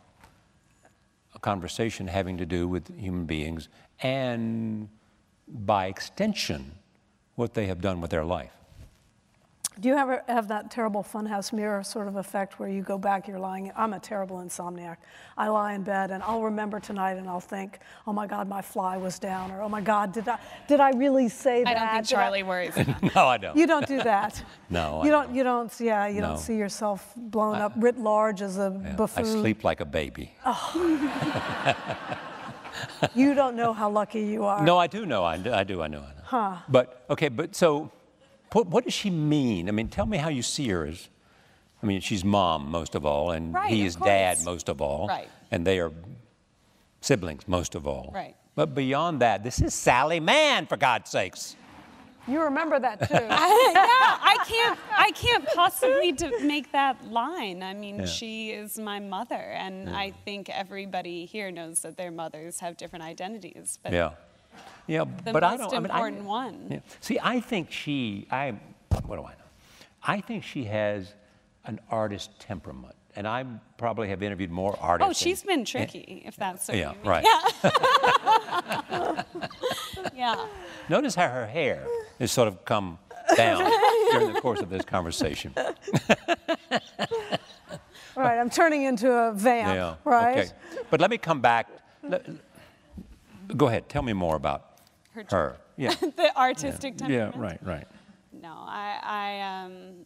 a conversation having to do with human beings and by extension, what they have done with their life. Do you ever have that terrible funhouse mirror sort of effect where you go back, you're lying? I'm a terrible insomniac. I lie in bed and I'll remember tonight and I'll think, oh my God, my fly was down, or oh my God, did I did I really say I that? don't think Did I-" Charlie worries. about No, I don't. You don't do that. No, I You don't. don't. You don't. Yeah, you No. don't see yourself blown up writ large as a Yeah, I buffoon. sleep like a baby. You don't know how lucky you are. No, I do know. I do. I do. I know. I know. Huh. But okay. But so, what, what does she mean? I mean, tell me how you see her as. I mean, she's mom most of all, and Right, he of is dad course. most of all, Right. and they are siblings most of all. Right. But beyond that, this is Sally Mann, for God's sakes. You remember that too. it. yeah, I can't. I can't possibly de- make that line. I mean, Yeah. she is my mother, and I think everybody here knows that their mothers have different identities. But Yeah. Yeah, the but most I don't. I mean, I- important one. Yeah. See, I think she, I, what do I know? I think she has an artist temperament. And I probably have interviewed more artists. Oh, she's and- been tricky, if that's what Yeah, you mean. right. Yeah. Notice how her hair has sort of come down during the course of this conversation. All right, I'm turning into a vamp. Yeah. Right. Okay. But let me come back. Let- Go ahead. Tell me more about Her her. Yeah. The artistic temperament. right. No, I, I, um,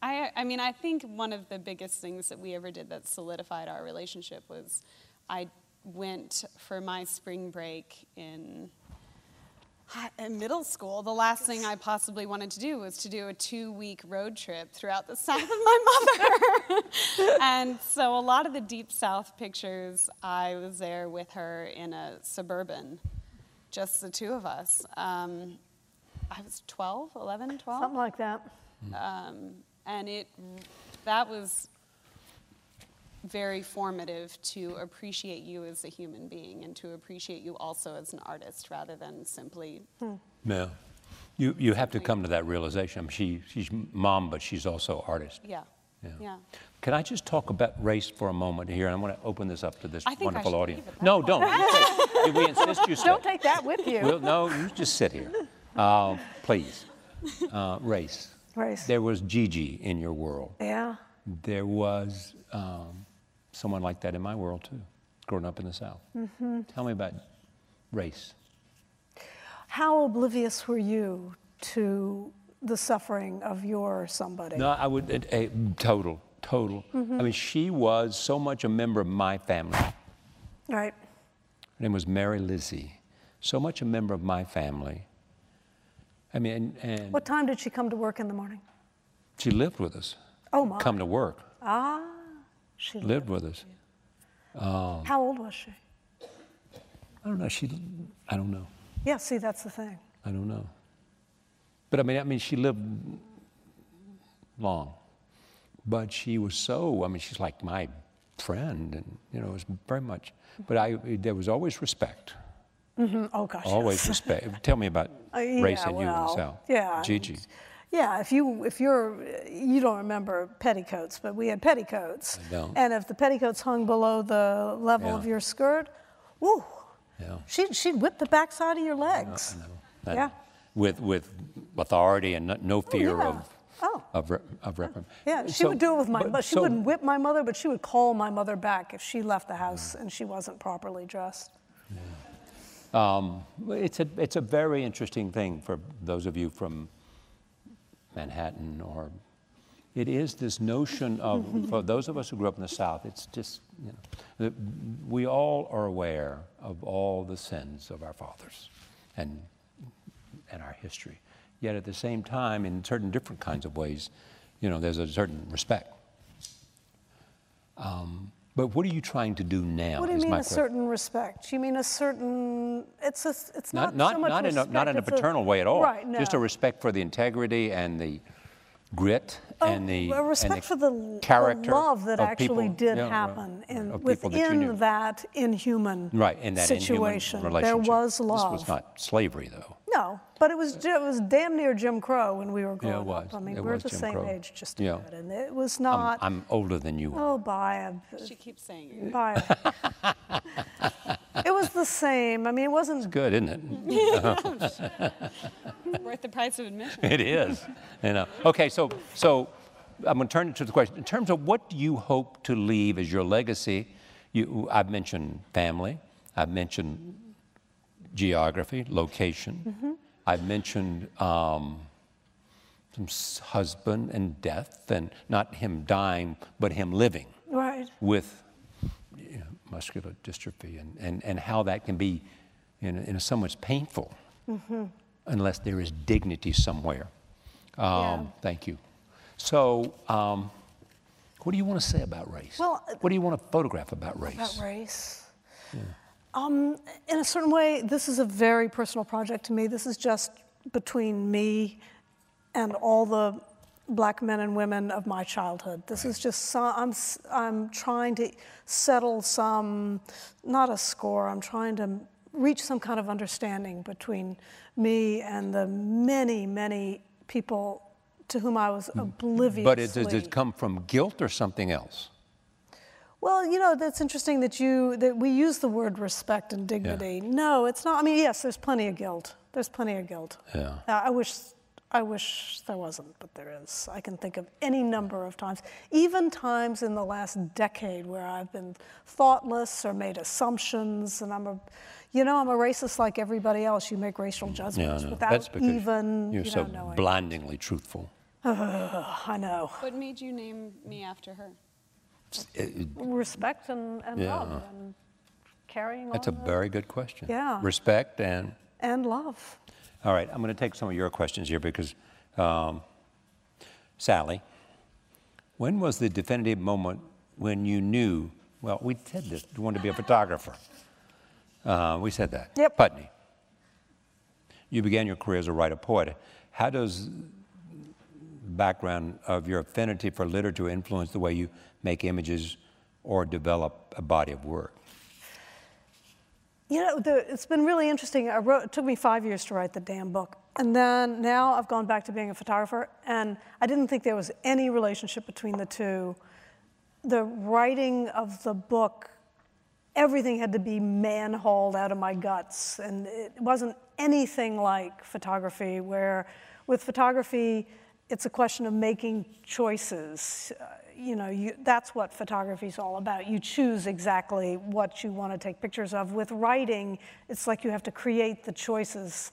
I, I mean, I think one of the biggest things that we ever did that solidified our relationship was I went for my spring break in in middle school, the last thing I possibly wanted to do was to do a two week road trip throughout the South with my mother. and so, a lot of the Deep South pictures, I was there with her in a suburban, just the two of us. Um, I was 12, 11, 12. Something like that. Um, and it that was very formative to appreciate you as a human being and to appreciate you also as an artist rather than simply Yeah. You, you have to come to that realization. I mean, she, she's mom, but she's also artist. yeah Yeah. yeah, Can I just talk about race for a moment here? I want to open this up to this I think I wonderful should audience. leave at that No, don't. You stay. we insist you stay. Don't take that with you. Well, no, you just sit here, uh, please. Uh, race. Race. There was Gigi in your world. yeah. There was um, someone like that in my world too, growing up in the South. Tell me about race. How oblivious were you to the suffering of your somebody? No, I would, it, eh, total, total. I mean, she was so much a member of my family. Her Right. name was Mary Lizzie. So much a member of my family. I mean, and, and What time did she come to work in the morning? she lived with us. Oh, my. Come to work, Ah, she lived with us. How old was she? I don't know. She, I don't know. Yeah, see, that's the thing. I don't know. But I mean, I mean, she lived long, but she was so. I mean, she's like my friend, and you know, it was very much. But I, there was always respect. Oh, gosh. yes. Always respect. Tell me about Uh, yeah, race and you and well, Sal. yeah. Gigi. Yeah, if you if you're uh, you don't remember petticoats, but we had petticoats. I don't. And if the petticoats hung below the level of Yeah. your skirt, woo, Yeah. she'd she'd whip the backside of your legs. That- Yeah. Oh, With with authority and no- no fear yeah. of Oh. of re- of reprimand. Yeah, she So- would do it with my. but- But she so- wouldn't whip my mother, but she would call my mother back if she left the house and she wasn't properly dressed. Um, it's, a, it's a very interesting thing for those of you from Manhattan or. It is this notion of, for those of us who grew up in the South, it's just, you know, that we all are aware of all the sins of our fathers and, and our history. Yet at the same time, in certain different kinds of ways, you know, there's a certain respect. Um, but what are you trying to do now? What do you is mean my a question. certain respect? You mean a certain? It's a. It's not, Not, not, so much not, in a, respect. not in a it's paternal way at all. Right. No. Just a respect for the integrity and the grit Oh, and the a and the respect for the, l- the character love that of actually people- did yeah, right, happen right, in, of people that you within knew. that, inhuman right in that inhuman situation. there relationship. was love. This was not slavery though. no, but it was it was damn near Jim Crow when we were growing it up. I was. mean, It we're was the Jim same Crow. age, just Yeah. about, and it was I'm, not. I'm older than you are. oh, by she keeps saying a it by. a- it was the same. I mean, it wasn't. Good, isn't it? worth the price of admission It is. You know. Okay, so so I'm going to turn it to the question. In terms of what do you hope to leave as your legacy, you, I've mentioned family, I've mentioned geography, location, I've mentioned um, some s- husband and death, and not him dying, but him living Right. with you know, muscular dystrophy and, and, and how that can be, in, in some ways, painful Mm-hmm. unless there is dignity somewhere. Um, Thank you. So, um, what do you want to say about race? Well, what do you want to photograph about race? About race. Um, in a certain way, this is a very personal project to me. This is just between me and all the black men and women of my childhood. This is just some, I'm s- I'm trying to settle some, not a score. I'm trying to reach some kind of understanding between me and the many, many people to whom I was oblivious. Hmm. But it, does it come from guilt or something else? Well, you know, that's interesting that you that we use the word respect and dignity. No, it's not. I mean, yes, there's plenty of guilt. There's plenty of guilt. Yeah. Uh, I wish I wish there wasn't, but there is. I can think of any number of times, even times in the last decade where I've been thoughtless or made assumptions and I'm a you know, I'm a racist like everybody else. You make racial Mm. Yeah, I judgments know. That's without because even you're you so know, knowing. blindingly truthful. I know. what made you name me after her Respect and, and Yeah. love and carrying That's a on the- very good question. Yeah. Respect and and love. All right, I'm going to take some of your questions here because, um, Sally, when was the definitive moment when you knew, well, we said this, you wanted to be a photographer? Uh, we said that. Yep. Putney. You began your career as a writer poet. How does background of your affinity for literature influence the way you make images or develop a body of work? You know, the, it's been really interesting. I wrote, it took me five years to write the damn book. And then now I've gone back to being a photographer, and I didn't think there was any relationship between the two. The writing of the book, everything had to be man hauled out of my guts, and it wasn't anything like photography, where with photography, it's a question of making choices. Uh, you know, you, that's what photography is all about. You choose exactly what you want to take pictures of. With writing, it's like you have to create the choices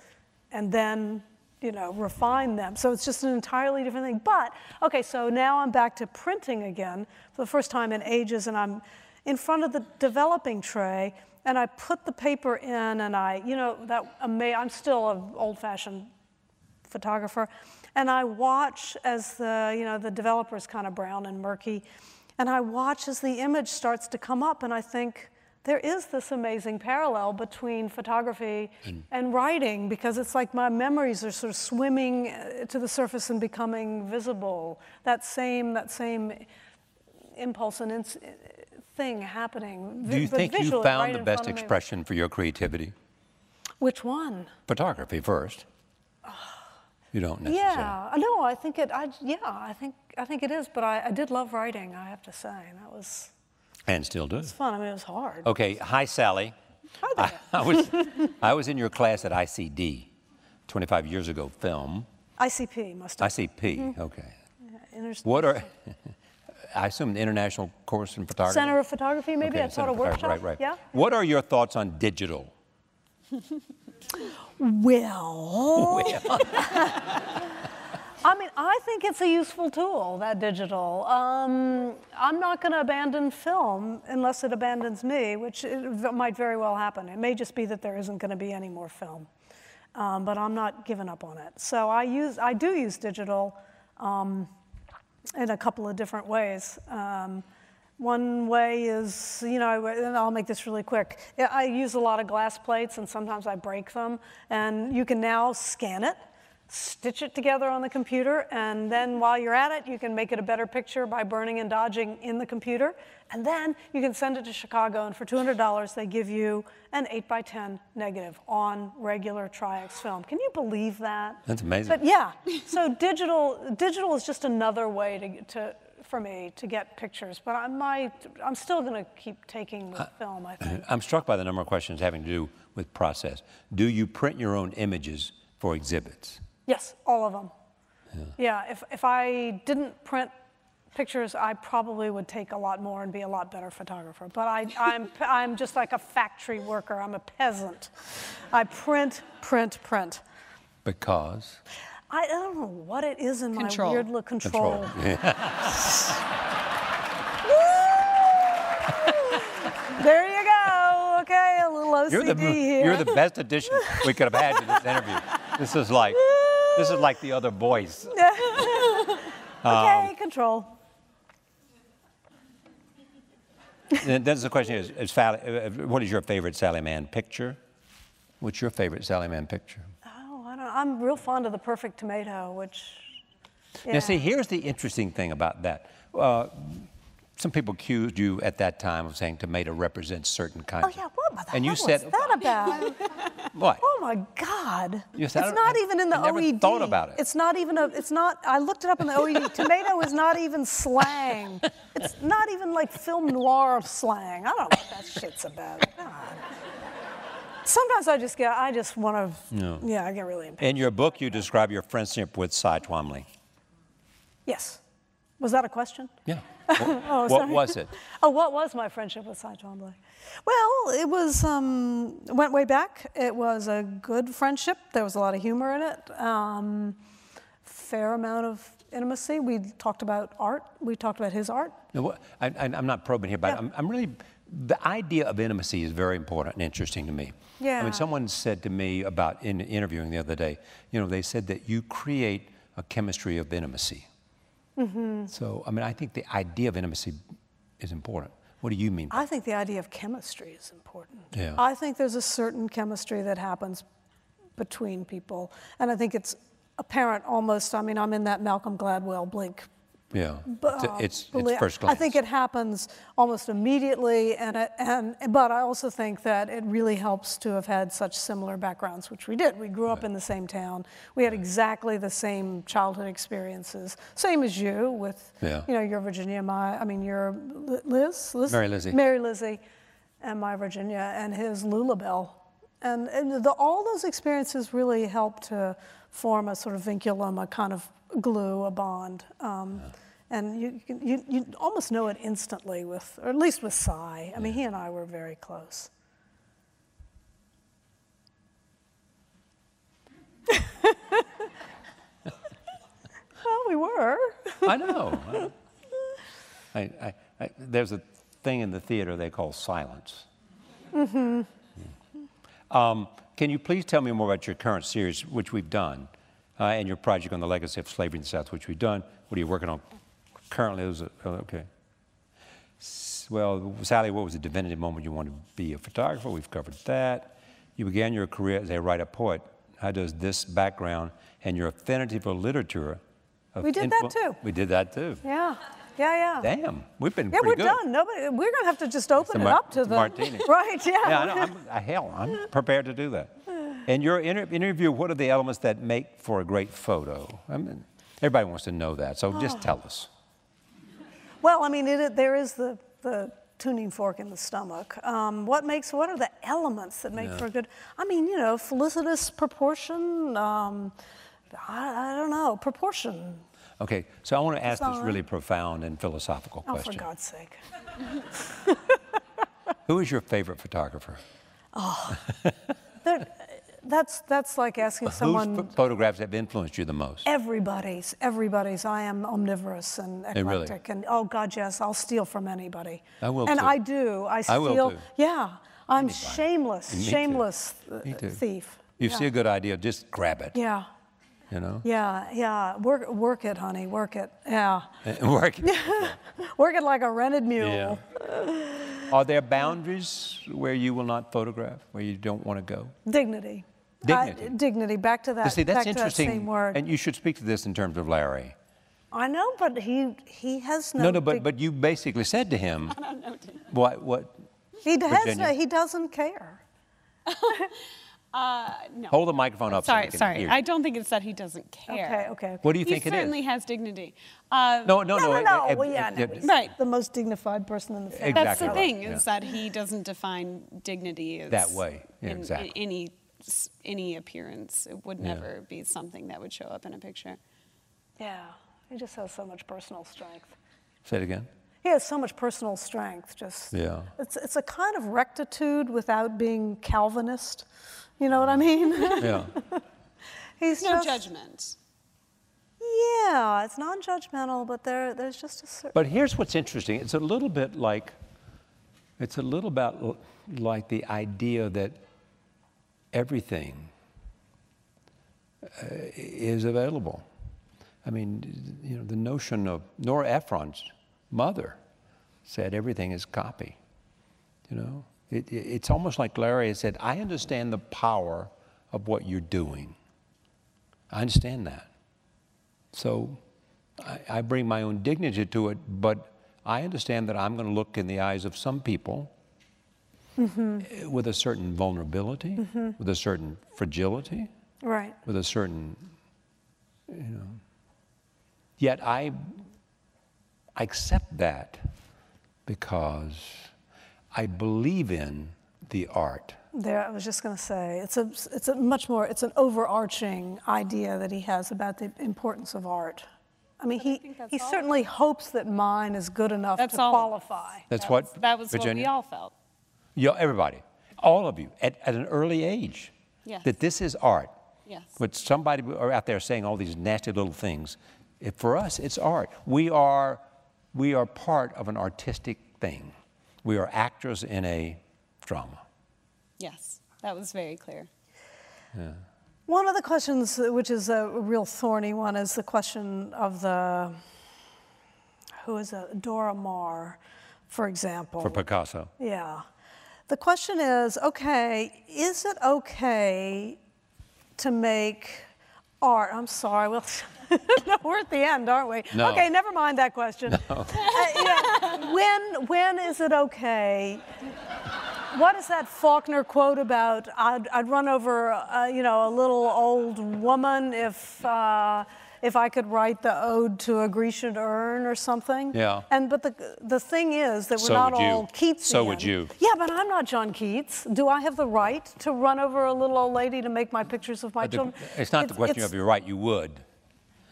and then, you know, refine them. So it's just an entirely different thing. But, okay, so now I'm back to printing again for the first time in ages, and I'm in front of the developing tray. And I put the paper in, and I, you know, that ama- I'm still an old-fashioned photographer, and I watch as the you know the developer's kind of brown and murky, and I watch as the image starts to come up, and I think there is this amazing parallel between photography and writing because it's like my memories are sort of swimming uh, to the surface and becoming visible. That same that same impulse and ins- uh, thing happening. Do vi- you but think you visually, right found the in best front of me. expression for your creativity? Which one? Photography first. You don't necessarily. Yeah, no, I think it. I yeah, I think I think it is. But I, I did love writing. I have to say that was And still do. it's fun. I mean, it was hard. Okay, hi Sally. Hi there. I was, I was in your class at ICD 25 years ago, film. ICP must have. ICP, Mm-hmm. okay. Inter- What are, I assume the International Course in Photography? Center of Photography? Maybe Okay, I Center taught a of workshop. Photography, Right, right. Yeah. What are your thoughts on digital? Well, I mean, I think it's a useful tool, that digital. Um, I'm not going to abandon film unless it abandons me, which it v- might very well happen. It may just be that there isn't going to be any more film, um, but I'm not giving up on it. So I use, I do use digital um, in a couple of different ways. Um, one way is, you know, I- and I'll make this really quick. Yeah, I use a lot of glass plates and sometimes I break them. And you can now scan it, stitch it together on the computer, and then while you're at it, you can make it a better picture by burning and dodging in the computer. And then you can send it to Chicago, and for $200, they give you an 8x10 negative on regular Triax film. Can you believe that? That's amazing. But yeah, so digital digital is just another way to, to for me to get pictures. But I might I'm still gonna keep taking the film. I think I'm struck by the number of questions having to do with process. Do you print your own images for exhibits? yes, all of them. Yeah. if if I didn't print pictures, I probably would take a lot more and be a lot better photographer. But I I'm I'm just like a factory worker. I'm a peasant. I print print print. Because? I don't know what it is in Control. my weird look Control. There you go. Okay, a little OCD You're the, here. you're the best addition we could have had to this interview. This is like, this is like the other voice. Um, okay, control. And then the question is, is Sally, uh, what is your favorite Sally Mann picture? What's your favorite Sally Mann picture? Oh, I don't. I'm real fond of the perfect tomato, which. Now, see, here's the interesting thing about that. Uh, some people accused you at that time of saying tomato represents certain kinds. Oh yeah, what the And you hell said, was that about? what? oh my God! You said, I it's don't- not even in the I never OED. thought about it. It's not even a. It's not. I looked it up in the OED. tomato is not even slang. It's not even like film noir slang. I don't know what that shit's about. God. Sometimes I just get. I just want to. Yeah, I get really impatient. In your book, you describe your friendship with Cy Twomley. Yes. Was that a question? Oh, Yeah. what sorry. was it? Oh, what was my friendship with Cy Twombly? Well, it was um, went way back. It was a good friendship. There was a lot of humor in it. Um, fair amount of intimacy. We talked about art. We talked about his art. No, what- I, I, I'm not probing here, but I'm, I'm really the idea of intimacy is very important and interesting to me. I Yeah. mean, someone said to me about in interviewing the other day, you know, they said that you create a chemistry of intimacy. Mm-hmm. So, I mean, I think the idea of intimacy is important. What do you mean? by I think the idea of chemistry is important. Yeah. I think there's a certain chemistry that happens between people, and I think it's apparent almost. I mean, I'm in that Malcolm Gladwell blink. yeah, But, uh, It's- it's, it's, believe- first glance. I think it happens almost immediately, and it- and but I also think that it really helps to have had such similar backgrounds, which we did. We grew up in the same town. We had exactly the same childhood experiences, same as you with Yeah. you know your Virginia, my I mean your Li- Liz, Liz Mary Lizzie. Mary Lizzie and my Virginia and his Lulabelle. And, and the, all those experiences really helped to form a sort of vinculum, a kind of glue, a bond. Um, And you, can- you, you almost know it instantly with, or at least with Cy. I mean, he and I were very close. well, we were. I know. I, I, I, there's a thing in the theater they call silence. Um, can you please tell me more about your current series, which we've done, uh, and your project on the legacy of slavery in the South, which we've done? What are you working on currently? Those are- oh, okay. S- Well, Sally, what was the definitive moment you wanted to be a photographer? We've covered that. You began your career as a writer poet. How does this background and your affinity for literature? of We did that influ- too. We did that too. Yeah, yeah, yeah. Damn, we've been Yeah, pretty we're good. done. Nobody, we're gonna have to just open a it mar- up to it's a the martini. right. Yeah. Yeah, I know. I'm, uh, hell, I'm prepared to do that. In your inter- interview, what are the elements that make for a great photo? I mean, everybody wants to know that, so just tell us. Well, I mean, it, it- there is the, the tuning fork in the stomach. Um, what makes, what are the elements that make for a good, I mean, you know, felicitous proportion, um, I, I don't know, proportion. Okay, so I want to It's ask all this right. really profound and philosophical Oh, for question. God's sake. Who is your favorite photographer? That's, that's like asking someone. Whose ph- photographs have influenced you the most? Everybody's, everybody's. I am omnivorous and Hey, really? eclectic, and oh God, yes, I'll steal from anybody. I will, And too. I do. I steal. I will, too. Yeah, I'm shameless, Me too. shameless uh, Me too. thief. You yeah. see a good idea, just grab it. Yeah, You know, yeah, yeah. Work, work it, honey. Work it. Yeah, And work. it. work it like a rented mule. Are there boundaries where you will not photograph, where you don't want to go? Dignity. I- Dignity. dignity. Back to that. See, that's back interesting. To that same word. And you should speak to this in terms of Larry. I know, but he he has no. No, no, but, dig- but you basically said to him, what, what, he has Virginia. no, he doesn't care. hold the microphone up. so we Sorry, can sorry. hear I you. don't think it's that he doesn't care. Okay, okay. What do you he think it is? certainly has dignity. Uh, No, no, No, no. no, it- no. it- well, yeah, it- no, it- he's Right. The most dignified person in the family. That's Exactly the right, thing yeah. is that he doesn't define dignity as That way, yeah, in- in exactly. any s- any appearance. It would never be something that would show up in a picture. Yeah, he just has so much personal strength. Say it again. He has so much personal strength. Just Yeah. it's it's a kind of rectitude without being Calvinist. You know what I mean? Yeah. He's No just, judgment. Yeah, it's non-judgmental, but there there's just a certain. But here's what's interesting. It's a little bit like, it's a little about l- like the idea that everything uh, is available. I mean, you know, the notion of Nora Ephron's mother said everything is copy. You know, it, it- it's almost like Larry has said, I understand the power of what you're doing. I understand that. So I, I bring my own dignity to it, but I understand that I'm going to look in the eyes of some people Mm-hmm. eh, with a certain vulnerability, with a certain fragility, Right. with a certain, you know. Yet I, I accept that because I believe in the art. There, I was just going to say it's a it's a much more it's an overarching idea that he has about the importance of art. I mean, he he certainly hopes that mine is good enough That's to all. qualify. That's, what That was Virginia? what we all felt. Yeah, everybody, all of you, at, at an early age, Yes. that this is art. Yes. But somebody are out there saying all these nasty little things. It, for us, it's art. We are, we are part of an artistic thing. we are actors in a drama. Yes, that was very clear. One of the questions, which is a real thorny one, is the question of the who is it? Dora Maar, for example. For Picasso, yeah. The question is okay, is it okay to make art? I'm sorry, well, no, we're at the end, aren't we? No. Okay, never mind that question. Uh, yeah, when, when is it okay? What is that Faulkner quote about? I'd, I'd run over, uh, you know, a little old woman if uh, if I could write the ode to a Grecian urn or something. Yeah. And but the the thing is that we're So not would you. all Keats. So would you. Yeah, but I'm not John Keats. Do I have the right to run over a little old lady to make my pictures of my But the- children? it's not the question it's- of you're right. You would.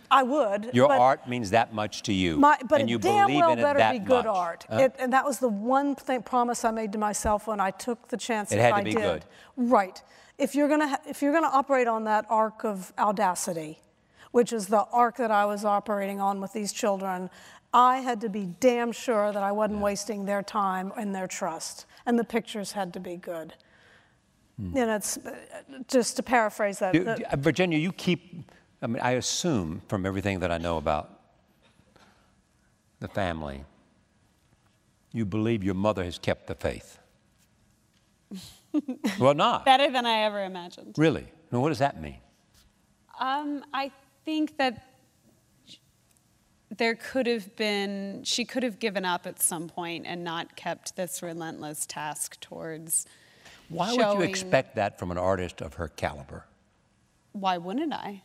I would. Your but- art means that much to you, My, but and it you damn believe well in it better that be good much. art. Huh? It, and that was the one thing, promise I made to myself when I took the chance. It that had to I be did. good. Right. If you're gonna ha- if you're gonna operate on that arc of audacity, which is the arc that I was operating on with these children, I had to be damn sure that I wasn't wasting their time and their trust, and the pictures had to be good. And it's uh, just to paraphrase that. Hmm. Do- the- do- uh, Virginia, you keep, I mean, I assume from everything that I know about the family, you believe your mother has kept the faith. well, not. Better than I ever imagined. Really? Now, what does that mean? Um, I think that there could have been, she could have given up at some point and not kept this relentless task towards. Why would showing- you expect that from an artist of her caliber? Why wouldn't I?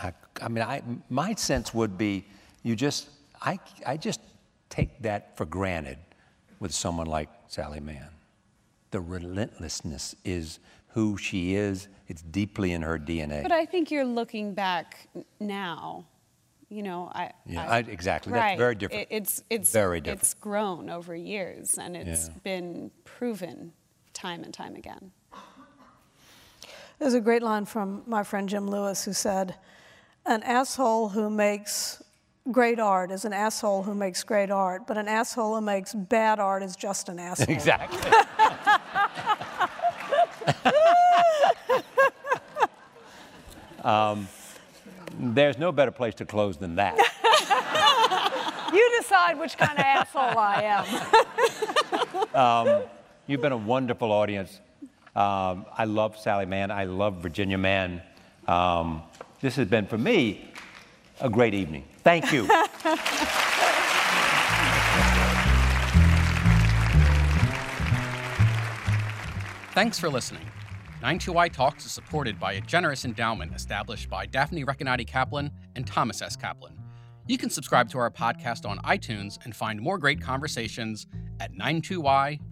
I, I mean, I, my sense would be you just, I, I just take that for granted with someone like Sally Mann. The relentlessness is who she is, it's deeply in her DNA. But I think you're looking back n- now. You know, I. Yeah, I- I- exactly. That's very different. It- it's it's Very different. It's grown over years, and it's Yeah. been proven time and time again. There's a great line from my friend Jim Lewis who said, An asshole who makes great art is an asshole who makes great art, but an asshole who makes bad art is just an asshole. exactly. um, there's no better place to close than that. You decide which kind of asshole I am. You've been a wonderful audience. Um, I love Sally Mann. I love Virginia Mann. Um, this has been, for me, a great evening. Thank you. Thanks for listening. 92i Talks is supported by a generous endowment established by Daphne Reconati Kaplan and Thomas S. Kaplan. You can subscribe to our podcast on iTunes and find more great conversations at 92yondemand.org.